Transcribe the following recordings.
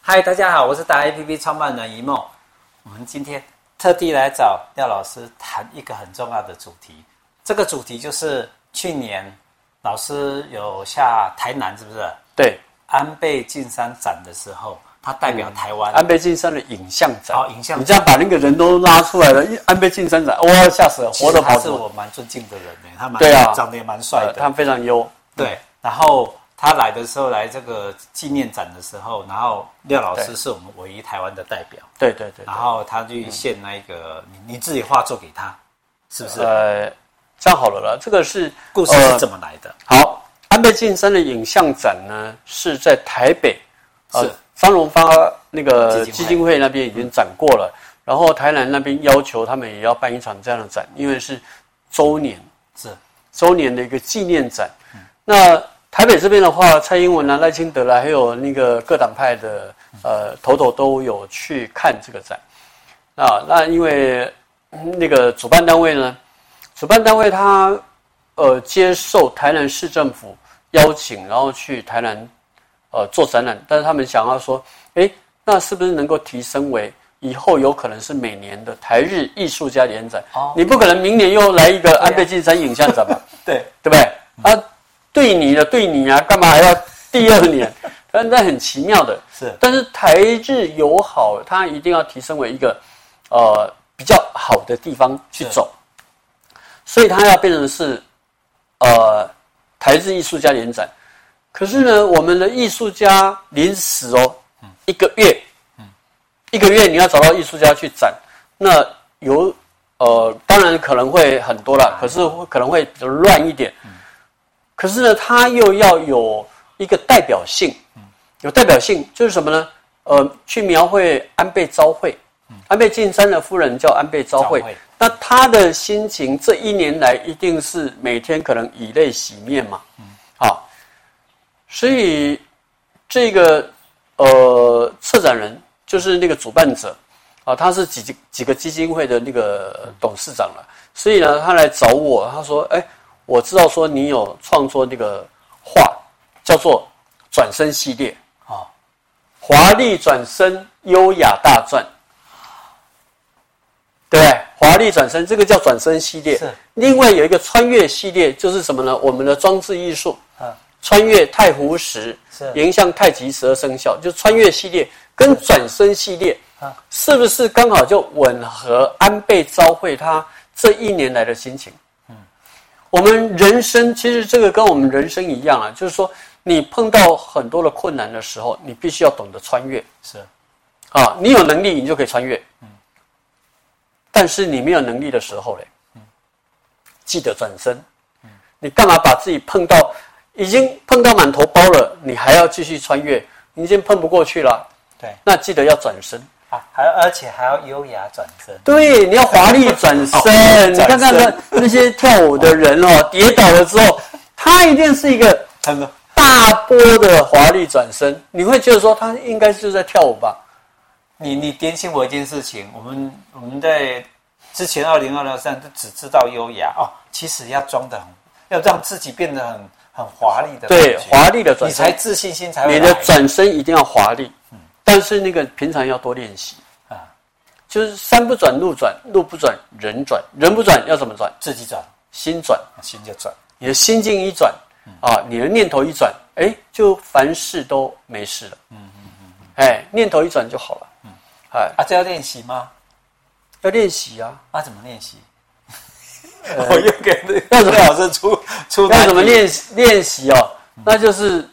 嗨，大家好，我是达 APP 创办人一梦。我们今天特地来找廖老师谈一个很重要的主题，这个主题就是去年老师有下台南，是不是？对，安倍晋三展的时候，他代表台湾，嗯安倍晋三的影像展，哦影像展你这样把那个人都拉出来了，一安倍晋三展，哇，吓死了，其活实的他跑是出来我蛮尊敬的人呢，他蛮对啊长得也蛮帅呃的，他非常优，对，然后他来的时候来这个纪念展的时候，然后廖老师对是我们唯一台湾的代表，对对对然后他去献那一个、你你自己画作给他，是不是？对，呃，这样好了啦，这个是故事是呃怎么来的？好，安倍晋三的影像展呢是在台北，呃是张荣发那个基金会基金会那边已经展过了，然后台南那边要求他们也要办一场这样的展，因为是周年，是周年的一个纪念展。那台北这边的话，蔡英文啊、赖清德啦、还有那个各党派的呃头头都有去看这个展啊。那因为嗯那个主办单位呢，主办单位他呃接受台南市政府邀请，然后去台南呃做展览，但是他们想要说，诶，那是不是能够提升为以后有可能是每年的台日艺术家联展？哦啊你不可能明年又来一个安倍晋三影像展吧？对，对不对？啊，对你的对你啊，干嘛还要第二年？但那很奇妙的，是但是台日友好，它一定要提升为一个呃比较好的地方去是走，所以它要变成是呃台日艺术家联展。可是呢，我们的艺术家临时哦，一个月，一个月你要找到艺术家去展，那有呃，当然可能会很多了，可是会可能会比较乱一点。可是呢，它又要有一个代表性，有代表性就是什么呢？呃，去描绘安倍昭惠，安倍晋三的夫人叫安倍昭惠昭惠。那她的心情这一年来一定是每天可能以泪洗面嘛。好，所以这个呃策展人就是那个主办者啊，他是几几个基金会的那个董事长了，所以呢，他来找我，他说：“哎，我知道说你有创作那个画，叫做《转身系列》啊哦，华丽转身，优雅大转。”对，华丽转身这个叫转身系列是，另外有一个穿越系列，就是什么呢？我们的装置艺术，嗯，穿越太湖石是，迎向太极十二生肖，就穿越系列跟转身系列啊，是不是刚好就吻合安倍昭惠他这一年来的心情？我们人生其实这个跟我们人生一样啊，就是说你碰到很多的困难的时候，你必须要懂得穿越是啊，你有能力你就可以穿越，但是你没有能力的时候嘞，记得转身。你干嘛把自己碰到已经碰到满头包了，你还要继续穿越？你已经碰不过去了，对那记得要转身。啊，还而且还要优雅转身，对，你要华丽哦转 身。你看看那转那些跳舞的人哦，跌倒了之后，他一定是一个真的大波的华丽转身。你会觉得说他应该是在跳舞吧？你你点醒我一件事情，我们我们在之前二零二零三都只知道优雅哦，其实要装的很，要让自己变得很很华丽的感觉，对，华丽的转你身才，自信心才会你的来转身一定要华丽，但是那个平常要多练习啊就是山不转路转，路不转人转，人不转要怎么转？自己转，心转，心就转，你的心境一转，啊，你的念头一转，哎，就凡事都没事了。嗯嗯嗯，哎，念头一转就好了。嗯，哎，啊，这要练习吗？要练习啊，啊，怎么练 习？我又给 要怎么老师出出要难怎么题？练习练习哦？那就是，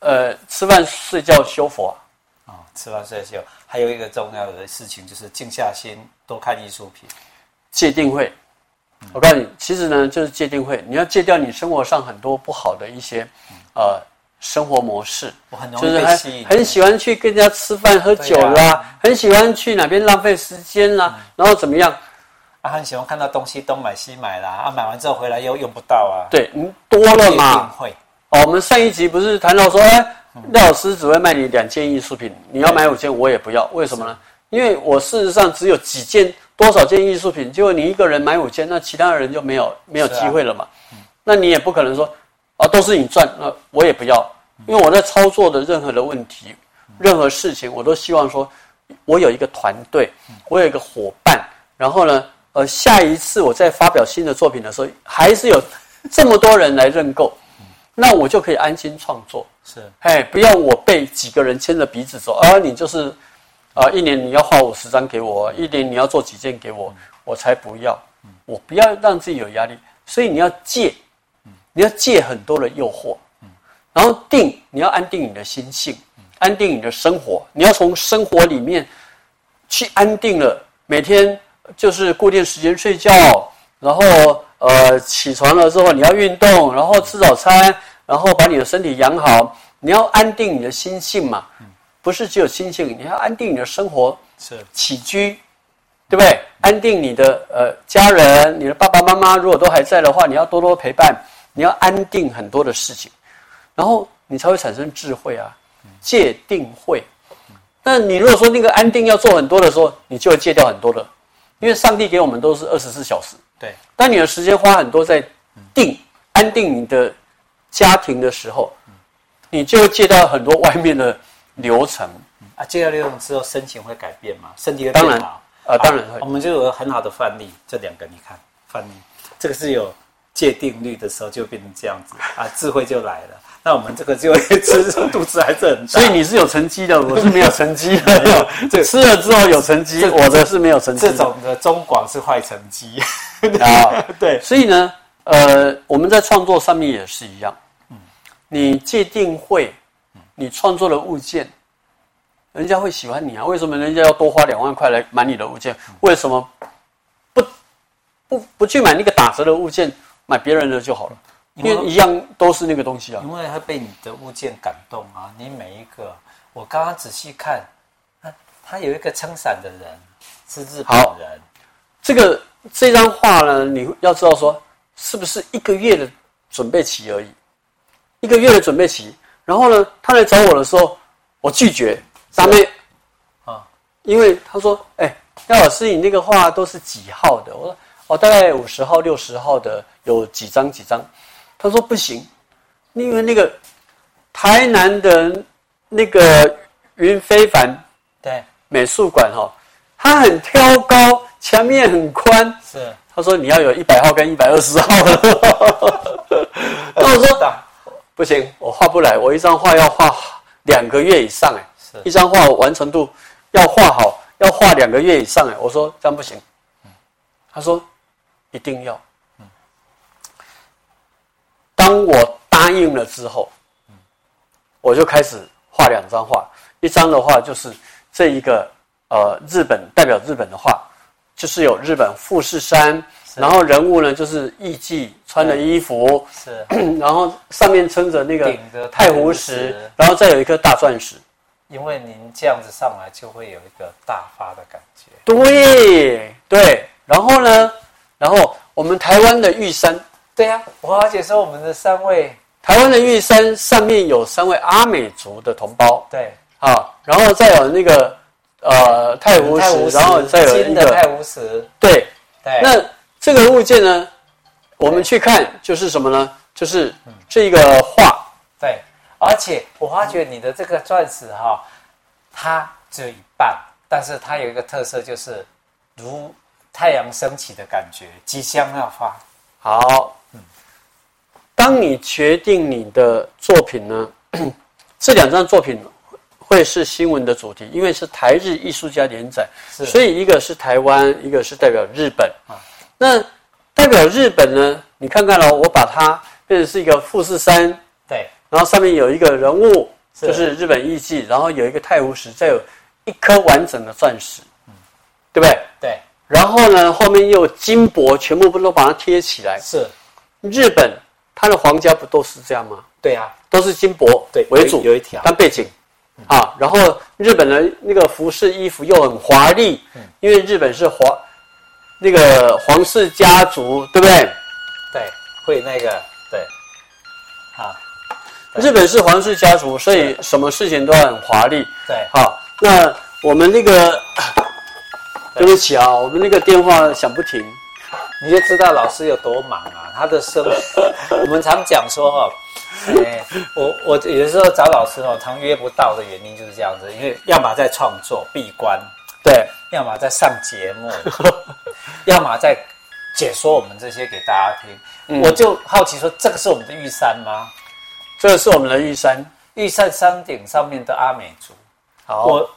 呃，吃饭、睡觉、修佛。啊哦，吃完睡休，还有一个重要的事情就是静下心，多看艺术品。界定会。我告诉你，其实呢，就是界定会，你要戒掉你生活上很多不好的一些呃生活模式。我很嗯容易就是被吸很引很喜欢去跟人家吃饭喝酒对嗯啦，很喜欢去哪边浪费时间啦，然后怎么样？啊，很喜欢看到东西东买西买啦，啊，买完之后回来又用不到啊，对，你多了一定嘛。会哦，我们上一集不是谈到说，哎，廖老师只会卖你两件艺术品，你要买五件，我也不要，为什么呢？因为我事实上只有几件多少件艺术品，结果你一个人买五件，那其他人就没有没有是啊机会了嘛。那你也不哦嗯可能说，啊，都是你赚，那我也不要，因为我在操作的任何的问题，任何事情，我都希望说，我有一个团队，嗯我有一个伙伴，然后呢，呃，下一次我再发表新的作品的时候，还是有这么多人来认购，那我就可以安心创作。是哎，不要我被几个人牵着鼻子走，啊，你就是，啊、一年你要画五十张给我，一年你要做几件给我，我才不要，我不要让自己有压力，所以你要戒，你要戒很多的诱惑，然后定，你要安定你的心性，安定你的生活，你要从生活里面去安定了，每天就是固定时间睡觉，然后呃起床了之后你要运动，然后吃早餐，然后把你的身体养好，你要安定你的心性嘛，不是只有心性，你要安定你的生活是起居，对不对？安定你的呃家人，你的爸爸妈妈如果都还在的话，你要多多陪伴，你要安定很多的事情，然后你才会产生智慧啊，戒定慧。那你如果说那个安定要做很多的时候，你就会戒掉很多的，因为上帝给我们都是二十四小时，对当你的时间花很多在定安定你的家庭的时候，你就会戒掉很多外面的流程。啊，戒掉六种之后，身形会改变吗？身体会当变然好？呃当然会好我们就有很好的范例，这两个你看范例，这个是有界定律的时候就变成这样子啊，智慧就来了。那我们这个就 会吃肚子还是很大，。所以你是有成绩的，我是没有成绩的 这吃了之后有成绩，这我的是没有成绩这的。种的中广是坏成绩。啊， 对，所以呢，呃，我们在创作上面也是一样。你界定会，你创作的物件，人家会喜欢你啊？为什么人家要多花两万块来买你的物件？为什么不不不去买那个打折的物件，买别人的就好了？因为一样都是那个东西啊。因为会被你的物件感动啊！你每一个，我刚刚仔细看，啊他有一个撑伞的人是日本好人，这个这张画呢，你要知道说，是不是一个月的准备期而已？一个月的准备期，然后呢，他来找我的时候，我拒绝，大妹啊，因为他说，哎、廖老师，你那个画都是几号的？我说，哦，大概五十号、六十号的，有几张几张？他说不行，因为那个台南的那个云非凡对，美术馆哈、哦，它很挑高，墙面很宽，是他说你要有一百号跟一百二十号 了。那我说大不行，我画不来，我一张画要画两个月以上哎是，一张画我完成度要画好，要画两个月以上哎。我说这样不行。他说一定要。当我答应了之后，我就开始画两张画，一张的话就是这一个呃日本代表日本的画，就是有日本富士山，然后人物呢就是艺妓穿的衣服，是然后上面撑着那个顶着太太湖湖石石，然后再有一颗大钻石。因为您这样子上来就会有一个大发的感觉，对对，然后呢，然后我们台湾的玉山，对呀、我华姐说我们的三位台湾的玉山上面有三位阿美族的同胞对啊，然后再有那个呃太湖太湖石，石，然后再有一金的太个湖石，对，对，那这个物件呢，我们去看就是什么呢？就是嗯这个画，对，而且我发觉你的这个钻石哈、它只有一半，但是它有一个特色，就是如太阳升起的感觉，即将要发。好，当你决定你的作品呢， 这两张作品会是新闻的主题，因为是台日艺术家连载，是啊所以一个是台湾，一个是代表日本。那代表日本呢？你看看了，我把它变成是一个富士山，对，然后上面有一个人物，是就是日本艺妓，然后有一个太湖石，再有一颗完整的钻石，对不对？对，然后呢，后面又有金箔，全部都把它贴起来。是，日本它的皇家不都是这样吗？对啊，都是金箔对为主，有有一条嗯当背景啊。然后日本的那个服饰衣服又很华丽，嗯因为日本是皇那个皇室家族，对不对？对，会那个，对，啊，日本是皇室家族，所以什么事情都要很华丽。对，好，那我们那个，对不起啊，我们那个电话响不停。你就知道老师有多忙啊，他的生，我们常讲说哦，哎，我我有的时候找老师哦，常约不到的原因就是这样子，因为要么在创作闭关，对，要么在上节目，要么在解说我们这些给大家听。我就好奇说，这个是我们的玉山吗？这是我们的玉山。玉山山顶上面的阿美族，好，我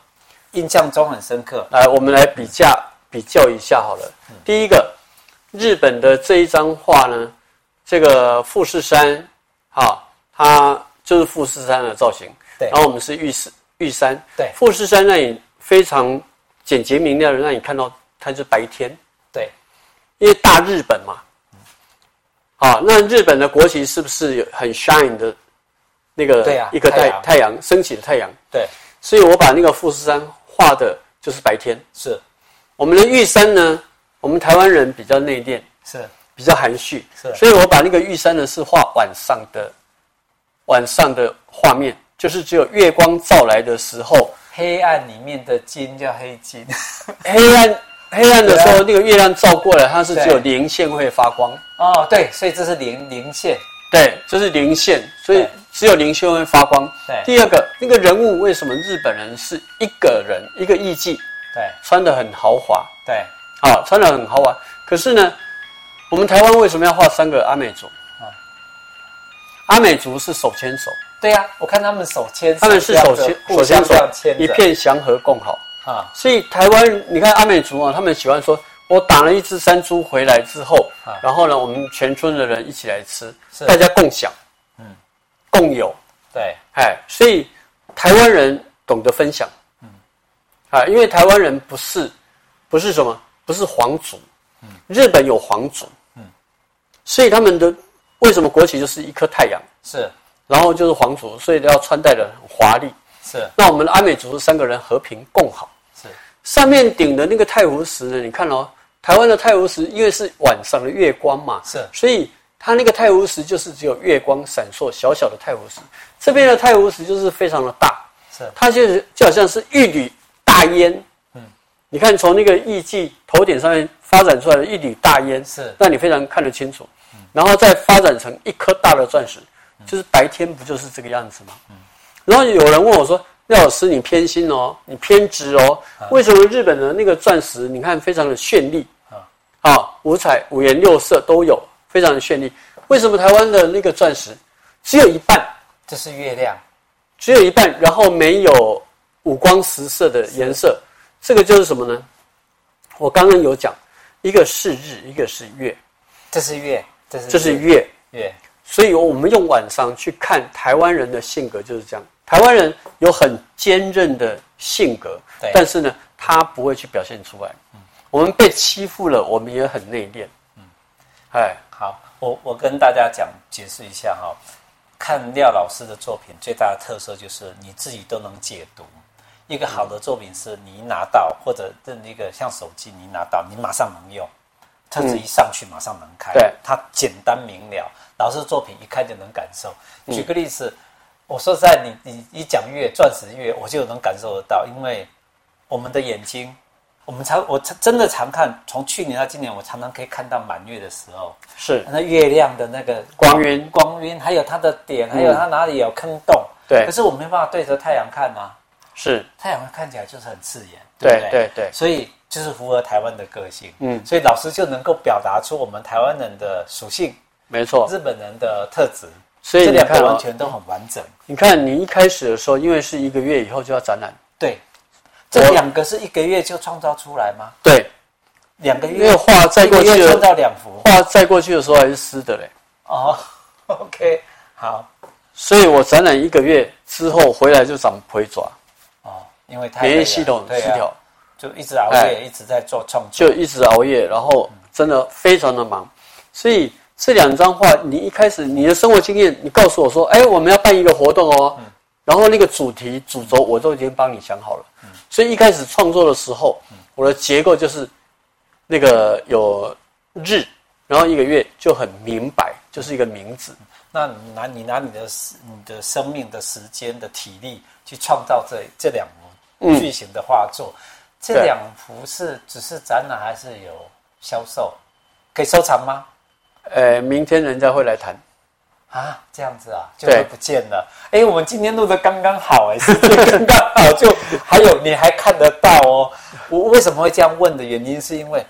印象中很深刻。来，呃我们来比价比较一下好了。第一个，日本的这一张画呢，这个富士山，哈，它就是富士山的造型。对然后我们是玉山，玉山。对富士山让你非常简洁明亮的让你看到它是白天，对，因为大日本嘛。啊，那日本的国旗是不是有很 shine 的那个对啊一个太太阳太阳升起的太阳？对，所以我把那个富士山画的就是白天。是我们的玉山呢，我们台湾人比较内敛，是比较含蓄，是所以我把那个玉山呢是画晚上的，晚上的画面，就是只有月光照来的时候，黑暗里面的金叫黑金，黑暗黑暗的时候，哎对啊那个月亮照过来，它是对只有零线会发光，哦，对，所以这是零零线，对，就是零线，所以对只有零线会发光。对第二个，那个人物为什么日本人是一个人一个艺妓，对穿的很豪华对，啊，穿的很豪华，可是呢，我们台湾为什么要画三个阿美族？啊阿美族是手牵手，对呀、我看他们手牵手，他们是手牵互手相这牵手样牵，着一片祥和共好。啊所以台湾，你看阿美族啊，他们喜欢说，我打了一只山猪回来之后啊，然后呢，我们全村的人一起来吃是，大家共享，嗯共有，对哎，所以台湾人懂得分享，啊，因为台湾人不是不是什么，不是皇族，日本有皇族，所以他们的为什么国旗就是一颗太阳，是然后就是皇族，所以要穿戴的很华丽。是那我们的阿美族三个人和平共好，是上面顶的那个太湖石呢，你看哦，台湾的太湖石因为是晚上的月光嘛，是所以它那个太湖石就是只有月光闪烁，小小的太湖石。这边的太湖石就是非常的大，是它就是就好像是一缕大烟，嗯，你看从那个艺妓头顶上面发展出来的一缕大烟，是嗯让你非常看得清楚，然后再发展成一颗大的钻石，就是白天不就是这个样子吗？嗯然后有人问我说：“廖老师，你偏心哦，你偏执哦，为什么日本的那个钻石你看非常的绚丽啊啊，五彩五颜六色都有，非常的绚丽，为什么台湾的那个钻石只有一半？”这是月亮，只有一半，然后没有五光十色的颜色，这个就是什么呢？我刚刚有讲，一个是日，一个是月，这是月，这是这是月，月，所以我们用晚上去看台湾人的性格就是这样。台湾人有很坚韧的性格对，但是呢，他不会去表现出来。我们被欺负了，我们也很内敛。嗯哎，好，我我跟大家讲解释一下哈、看廖老师的作品最大的特色就是你自己都能解读。一个好的作品是你一拿到，或者是那个像手机你一拿到，你马上能用，特质一上去马上能开，对它简单明了。老师的作品一看就能感受。举个例子，我说实在，你你一讲月钻石月，我就能感受得到，因为我们的眼睛，我们常我真的常看，从去年到今年，我常常可以看到满月的时候，是那月亮的那个光晕嗯光晕，还有它的点，还有它哪里有坑洞。对可是我没办法对着太阳看啊，是，太阳看起来就是很刺眼，对不对对所以就是符合台湾的个性。嗯所以老师就能够表达出我们台湾人的属性，没错。日本人的特质，所以这你两看个完哦，全都很完整。你看你一开始的时候，因为是一个月以后就要展览，对，这两个是一个月就创造出来吗？对，两个因为月，画再一个过去月创的造两幅。画再过去的时候还是湿的嘞，哦 ，OK，好所以我展览一个月之后回来就长腿爪，哦，因为太累免疫了系统对失啊调，就一直熬哎夜，一直在做创作。就一直熬夜，然后真的非常的忙。所以这两张画，你一开始你的生活经验，你告诉我说，哎，我们要办一个活动哦，然后那个主题主轴我都已经帮你想好了。所以一开始创作的时候，我的结构就是那个有日，然后一个月就很明白，就是一个名字。那你拿你拿你的时你的生命的时间的体力去创造这这两幅巨型的画作，这两幅是只是展览还是有销售？可以收藏吗？ 呃，明天人家会来谈。啊，这样子啊，就对会不见了。哎，我们今天录的刚刚好，哎，时间刚刚好，就还有你还看得到哦。我为什么会这样问的原因，是因为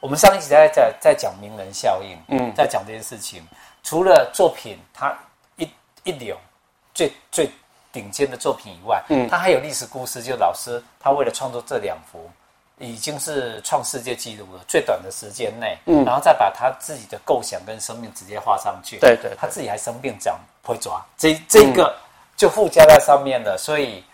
我们上一集在在在讲名人效应，嗯，在讲这件事情。除了作品它一一流最最顶尖的作品以外，嗯，它还有历史故事，就老师他为了创作这两幅。已经是创世界纪录了，最短的时间内，嗯，然后再把他自己的构想跟生命直接画上去，对对对他自己还生病讲不会抓，这这一个就附加在上面了，所以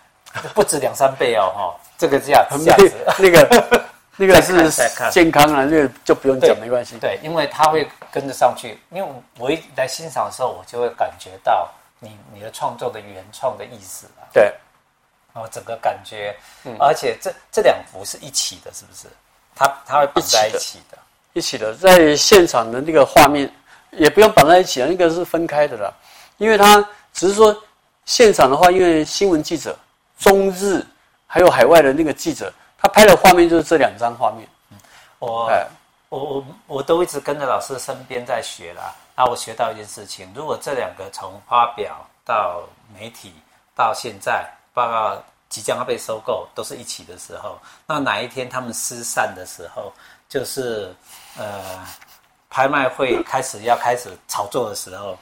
不止两三倍哦， 哈，这个价价 值，那个那个是再看健康啊，那个就不用讲，没关系。对，因为他会跟着上去，因为我一来欣赏的时候，我就会感觉到你你的创作的原创的意思啊，对，然后整个感觉，嗯而且这这两幅是一起的，是不是？它它会绑在一起的，一起的，在现场的那个画面也不用绑在一起了，啊那个是分开的啦。因为它只是说现场的话，因为新闻记者、中日还有海外的那个记者，他拍的画面就是这两张画面。我哎，我我我都一直跟着老师身边在学啦。啊，我学到一件事情，如果这两个从发表到媒体到现在，报告即将要被收购，都是一起的时候，那哪一天他们失散的时候，就是呃拍卖会开始要开始炒作的时候，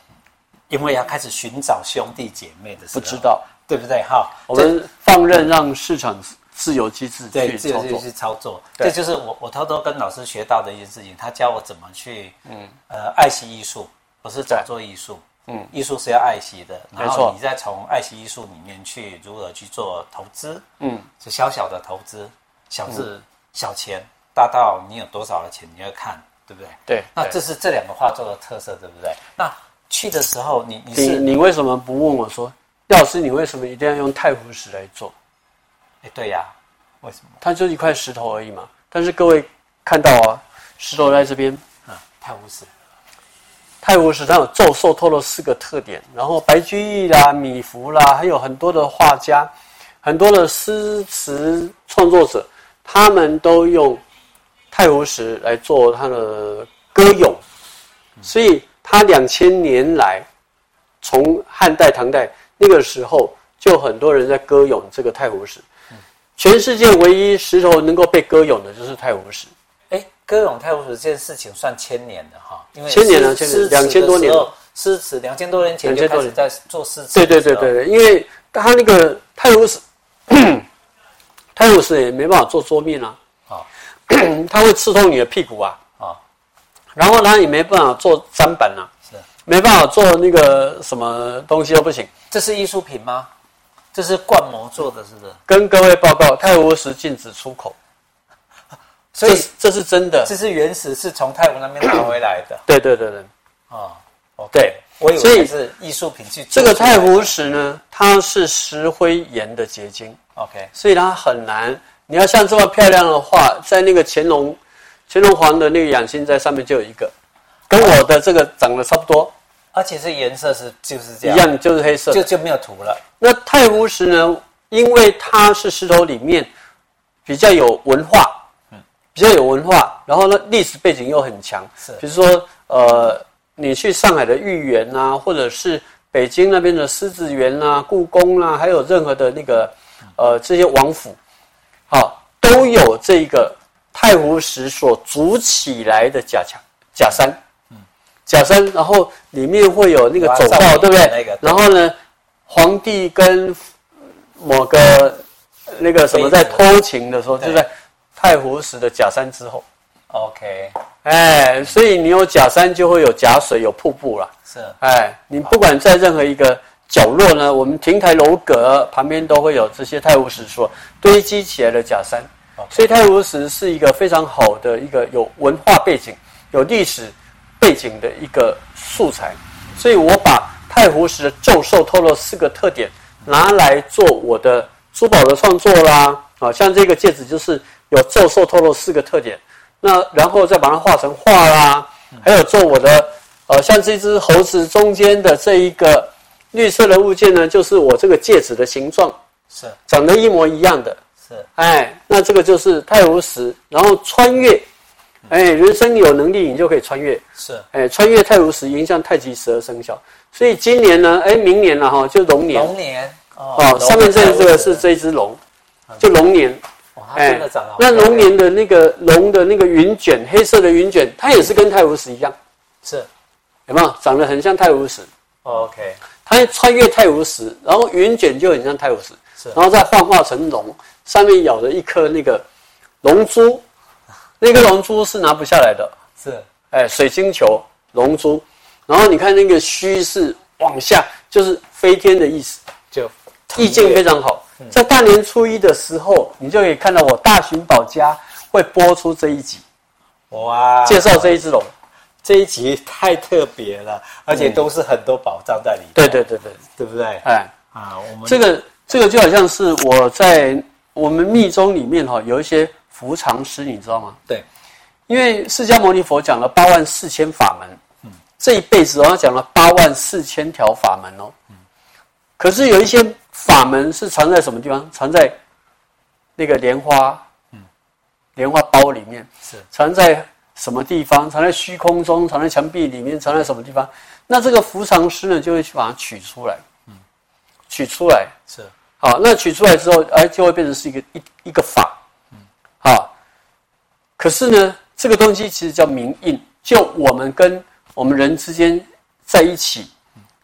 因为要开始寻找兄弟姐妹的时候，不知道对不对？哈，我们放任让市场自由机制对，去自由操就作。去操作，对这就是我我偷偷跟老师学到的一件事情，他教我怎么去，嗯，呃，爱惜艺术，不是炒作艺术，嗯，艺术是要爱惜的，然没错后你再从爱惜艺术里面去如何去做投资，嗯，是小小的投资，小嗯至小钱，大到你有多少的钱，你要看，对不对？对，那这是这两个画作的特色，对不对？那去的时候，你你你是，你为什么不问我说，廖老师，你为什么一定要用太湖石来做？哎，对呀，为什么？它就是一块石头而已嘛。但是各位看到啊，石头在这边，啊，太无耻，太湖石它有皱瘦透了四个特点，然后白居易啦、米芾啦，还有很多的画家、很多的诗词创作者，他们都用太湖石来做他的歌咏，所以他两千年来，从汉代、唐代那个时候，就很多人在歌咏这个太湖石。全世界唯一石头能够被歌咏的就是太湖石。哎，歌咏太湖石这件事情算千年的哈，因为千年了诗诗词千年的2000多年时候诗词两千多年前就2000开多始年在做诗词，对对对对，对，因为他那个泰晤士，泰晤士也没办法做桌面啊， 好它会刺痛你的屁股啊，好然后他也没办法做砧板啊，是，没办法做那个什么东西都不行。这是艺术品吗？这是灌模做的，是不是？跟各位报告，泰晤士禁止出口，所以这是这是真的这。是原始是从泰国那边拿回来的对对对对，哦。OK，对我以为所以它是艺术品去这做出个来的。太湖石呢，它是石灰岩的结晶。 OK 所以它很难。你要像这么漂亮的话，在那个乾隆乾隆皇的那个养心在上面就有一个，跟我的这个长得差不多而且是颜色是就是一这样，样，就是黑色的。就就没有涂了。那太湖石呢，因为它是石头里面比较有文化，比较有文化，然后呢历史背景又很强，是比如说呃，你去上海的豫园啊，或者是北京那边的狮子园啊、故宫啊，还有任何的那个呃这些王府，好、都有这个太湖石所筑起来的假墙、假山。假山，然后里面会有那嗯个哇走上道，面对不有对？那个对然后呢，皇帝跟某个呃那个什么在偷情的时候，对就在太湖石的假山之后。 OK，哎，所以你有假山就会有假水，有瀑布啦。是哎，你不管在任何一个角落呢，我们亭台楼阁旁边都会有这些太湖石所堆积起来的假山。 OK 所以太湖石是一个非常好的一个有文化背景、有历史背景的一个素材。所以我把太湖石的皱瘦透露四个特点拿来做我的珠宝的创作啦。啊，像这个戒指就是有皱瘦透露四个特点，那然后再把它画成画啦，还有做我的呃，像这只猴子中间的这一个绿色的物件呢，就是我这个戒指的形状，是长得一模一样的。是哎，那这个就是太湖石，然后穿越，哎，人生有能力你就可以穿越，是哎，穿越太湖石，迎向太极十二生肖。所以今年呢，哎，明年了、哈，就龙年龙年哦，上面这这个是这一只龙，就龙年。哎哇，嗯它真的长得好那漂亮龙年的那个龙的那个云卷，黑色的云卷，它也是跟泰晤士一样，是哦有没有？长得很像泰晤士， OK 它穿越泰晤士，然后云卷就很像泰晤士，是然后再幻化成龙，上面咬着一颗那个龙珠，那颗龙珠是拿不下来的，是哎，水晶球、龙珠，然后你看那个虚是往下，就是飞天的意思。就意境非常好。在大年初一的时候，你就可以看到我大寻宝家会播出这一集，哇，介绍这一只龙。这一集太特别了，而且都是很多宝藏在里面，对对对对，对不对？哎，啊，我们这个这个就好像是我在我们密宗里面哈、有一些伏藏师，你知道吗？对因为释迦牟尼佛讲了八万四千法门，这一辈子哦，他讲了八万四千条法门哦，可是有一些法门是藏在什么地方？藏在那个莲花，莲花苞里面，是藏在什么地方？藏在虚空中，藏在墙壁里面，藏在什么地方？那这个伏藏师呢，就会去把它取出来，取出来，是好，那取出来之后，哎，就会变成是一个一一个法，嗯，好。可是呢，这个东西其实叫明印，就我们跟我们人之间在一起，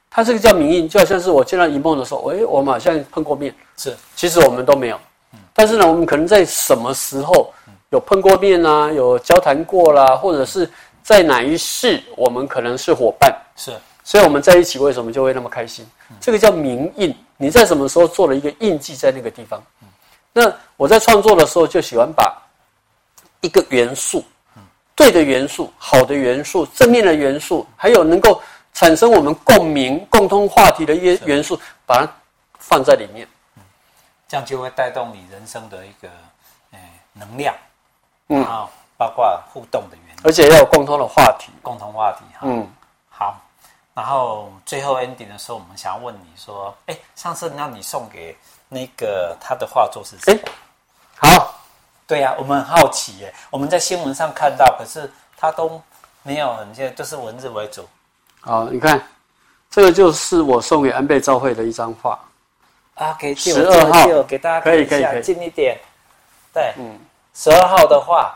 它这个叫明印，就好像是我见到一梦的时候，哎，我们好像碰过面，是其实我们都没有。但是呢，我们可能在什么时候有碰过面啊，有交谈过啦、或者是在哪一世，我们可能是伙伴，是所以我们在一起为什么就会那么开心？这个叫明印，你在什么时候做了一个印记在那个地方？那我在创作的时候就喜欢把一个元素，对的元素、好的元素、正面的元素，还有能够产生我们共鸣、共通话题的一些元素，把它放在里面。这样就会带动你人生的一个诶、能量，嗯然后包括互动的原理、而且要有共通的话题。共同话题哈。嗯，好，然后最后 ending 的时候，我们想要问你说，哎，上次让你送给那个他的画作是谁？哎，好，对呀、我们很好奇耶，我们在新闻上看到，可是他都没有很，现在就是文字为主好，你看，这个就是我送给安倍昭惠的一张画。啊。可以借我12借我号借我给大家可以看一可以可下，以近一点。对，嗯，十二号的画，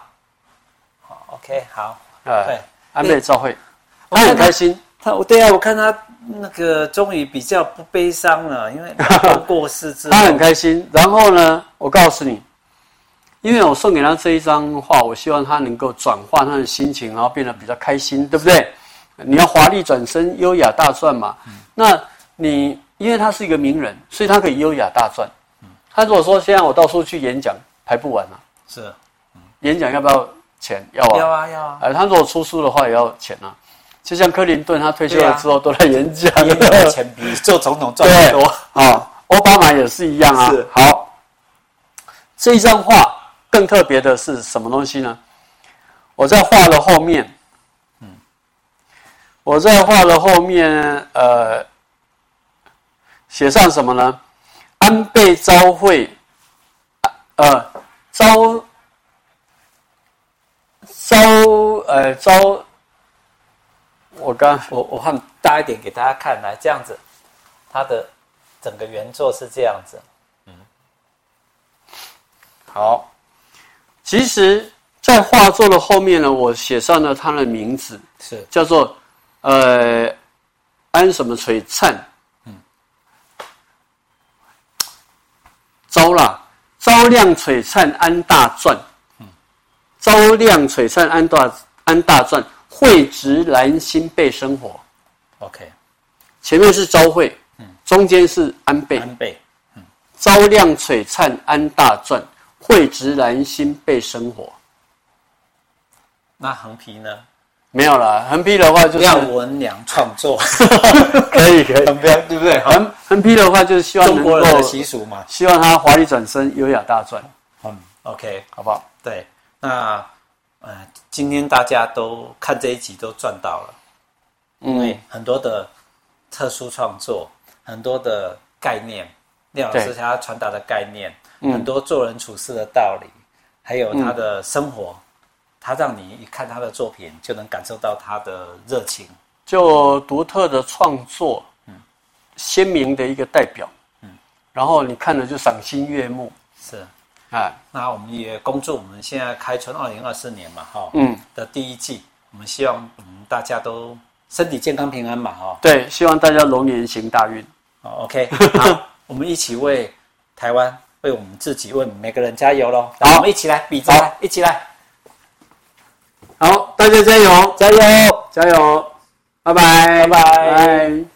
好，OK，好，呃对，安倍昭惠，他很开心。他，我对啊，我看他那个终于比较不悲伤了，因为老公过世之后他，很开心。然后呢，我告诉你，因为我送给他这一张画，我希望他能够转换他的心情，然后变得比较开心，对不对？你要华丽转身，优雅大赚嘛。那你因为他是一个名人，所以他可以优雅大赚。他如果说现在我到处去演讲，排不完啊， 是演讲要不要钱？要啊。要啊要 啊，哎他如果出书的话也要钱啊。就像克林顿他退休了之后都在演讲，啊也有钱比做总统赚对，得多，啊。奥巴马也是一样啊是。好，这一张画更特别的是什么东西呢？我在画的后面，嗯，我在画的后面，呃，写上什么呢？安倍昭惠，呃，昭昭呃昭，我刚我我放大一点给大家看，来这样子，它的整个原作是这样子，嗯好，其实，在画作的后面呢，我写上了他的名字，是叫做呃安什么璀璨，招啦，招亮璀璨安大篆，招亮璀璨安大安大篆，惠植兰心被生活， OK，前面是昭惠，中间是安倍，安倍朝亮璀璨安大篆，惠植兰心被生活。那横批呢？没有啦，横批的话就是让文良创 作，可以可以，很标对不对？横横批的话就是希望中能国够人的习俗嘛，希望他华丽转身，优雅大赚，嗯，OK，好不好？对，那呃，今天大家都看这一集都赚到了。因为嗯，很多的特殊创作，很多的概念，廖老师对嗯想要传达的概念，很多做人处事的道理，还有他的生活，他让你一看他的作品就能感受到他的热情，就独特的创作，嗯鲜明的一个代表，然后你看了就赏心悦目，是。哎，那我们也恭祝我们现在开春二零二四年嘛，哈、嗯，的第一季，我们希望我们大家都身体健康平安嘛，哈、对，希望大家龙年行大运，哦，OK，好， 我们一起为台湾、为我们自己、为我们每个人加油喽！来，好我们一起来，比着来，一起来，好，大家加油，加油！加油，拜拜，拜拜拜。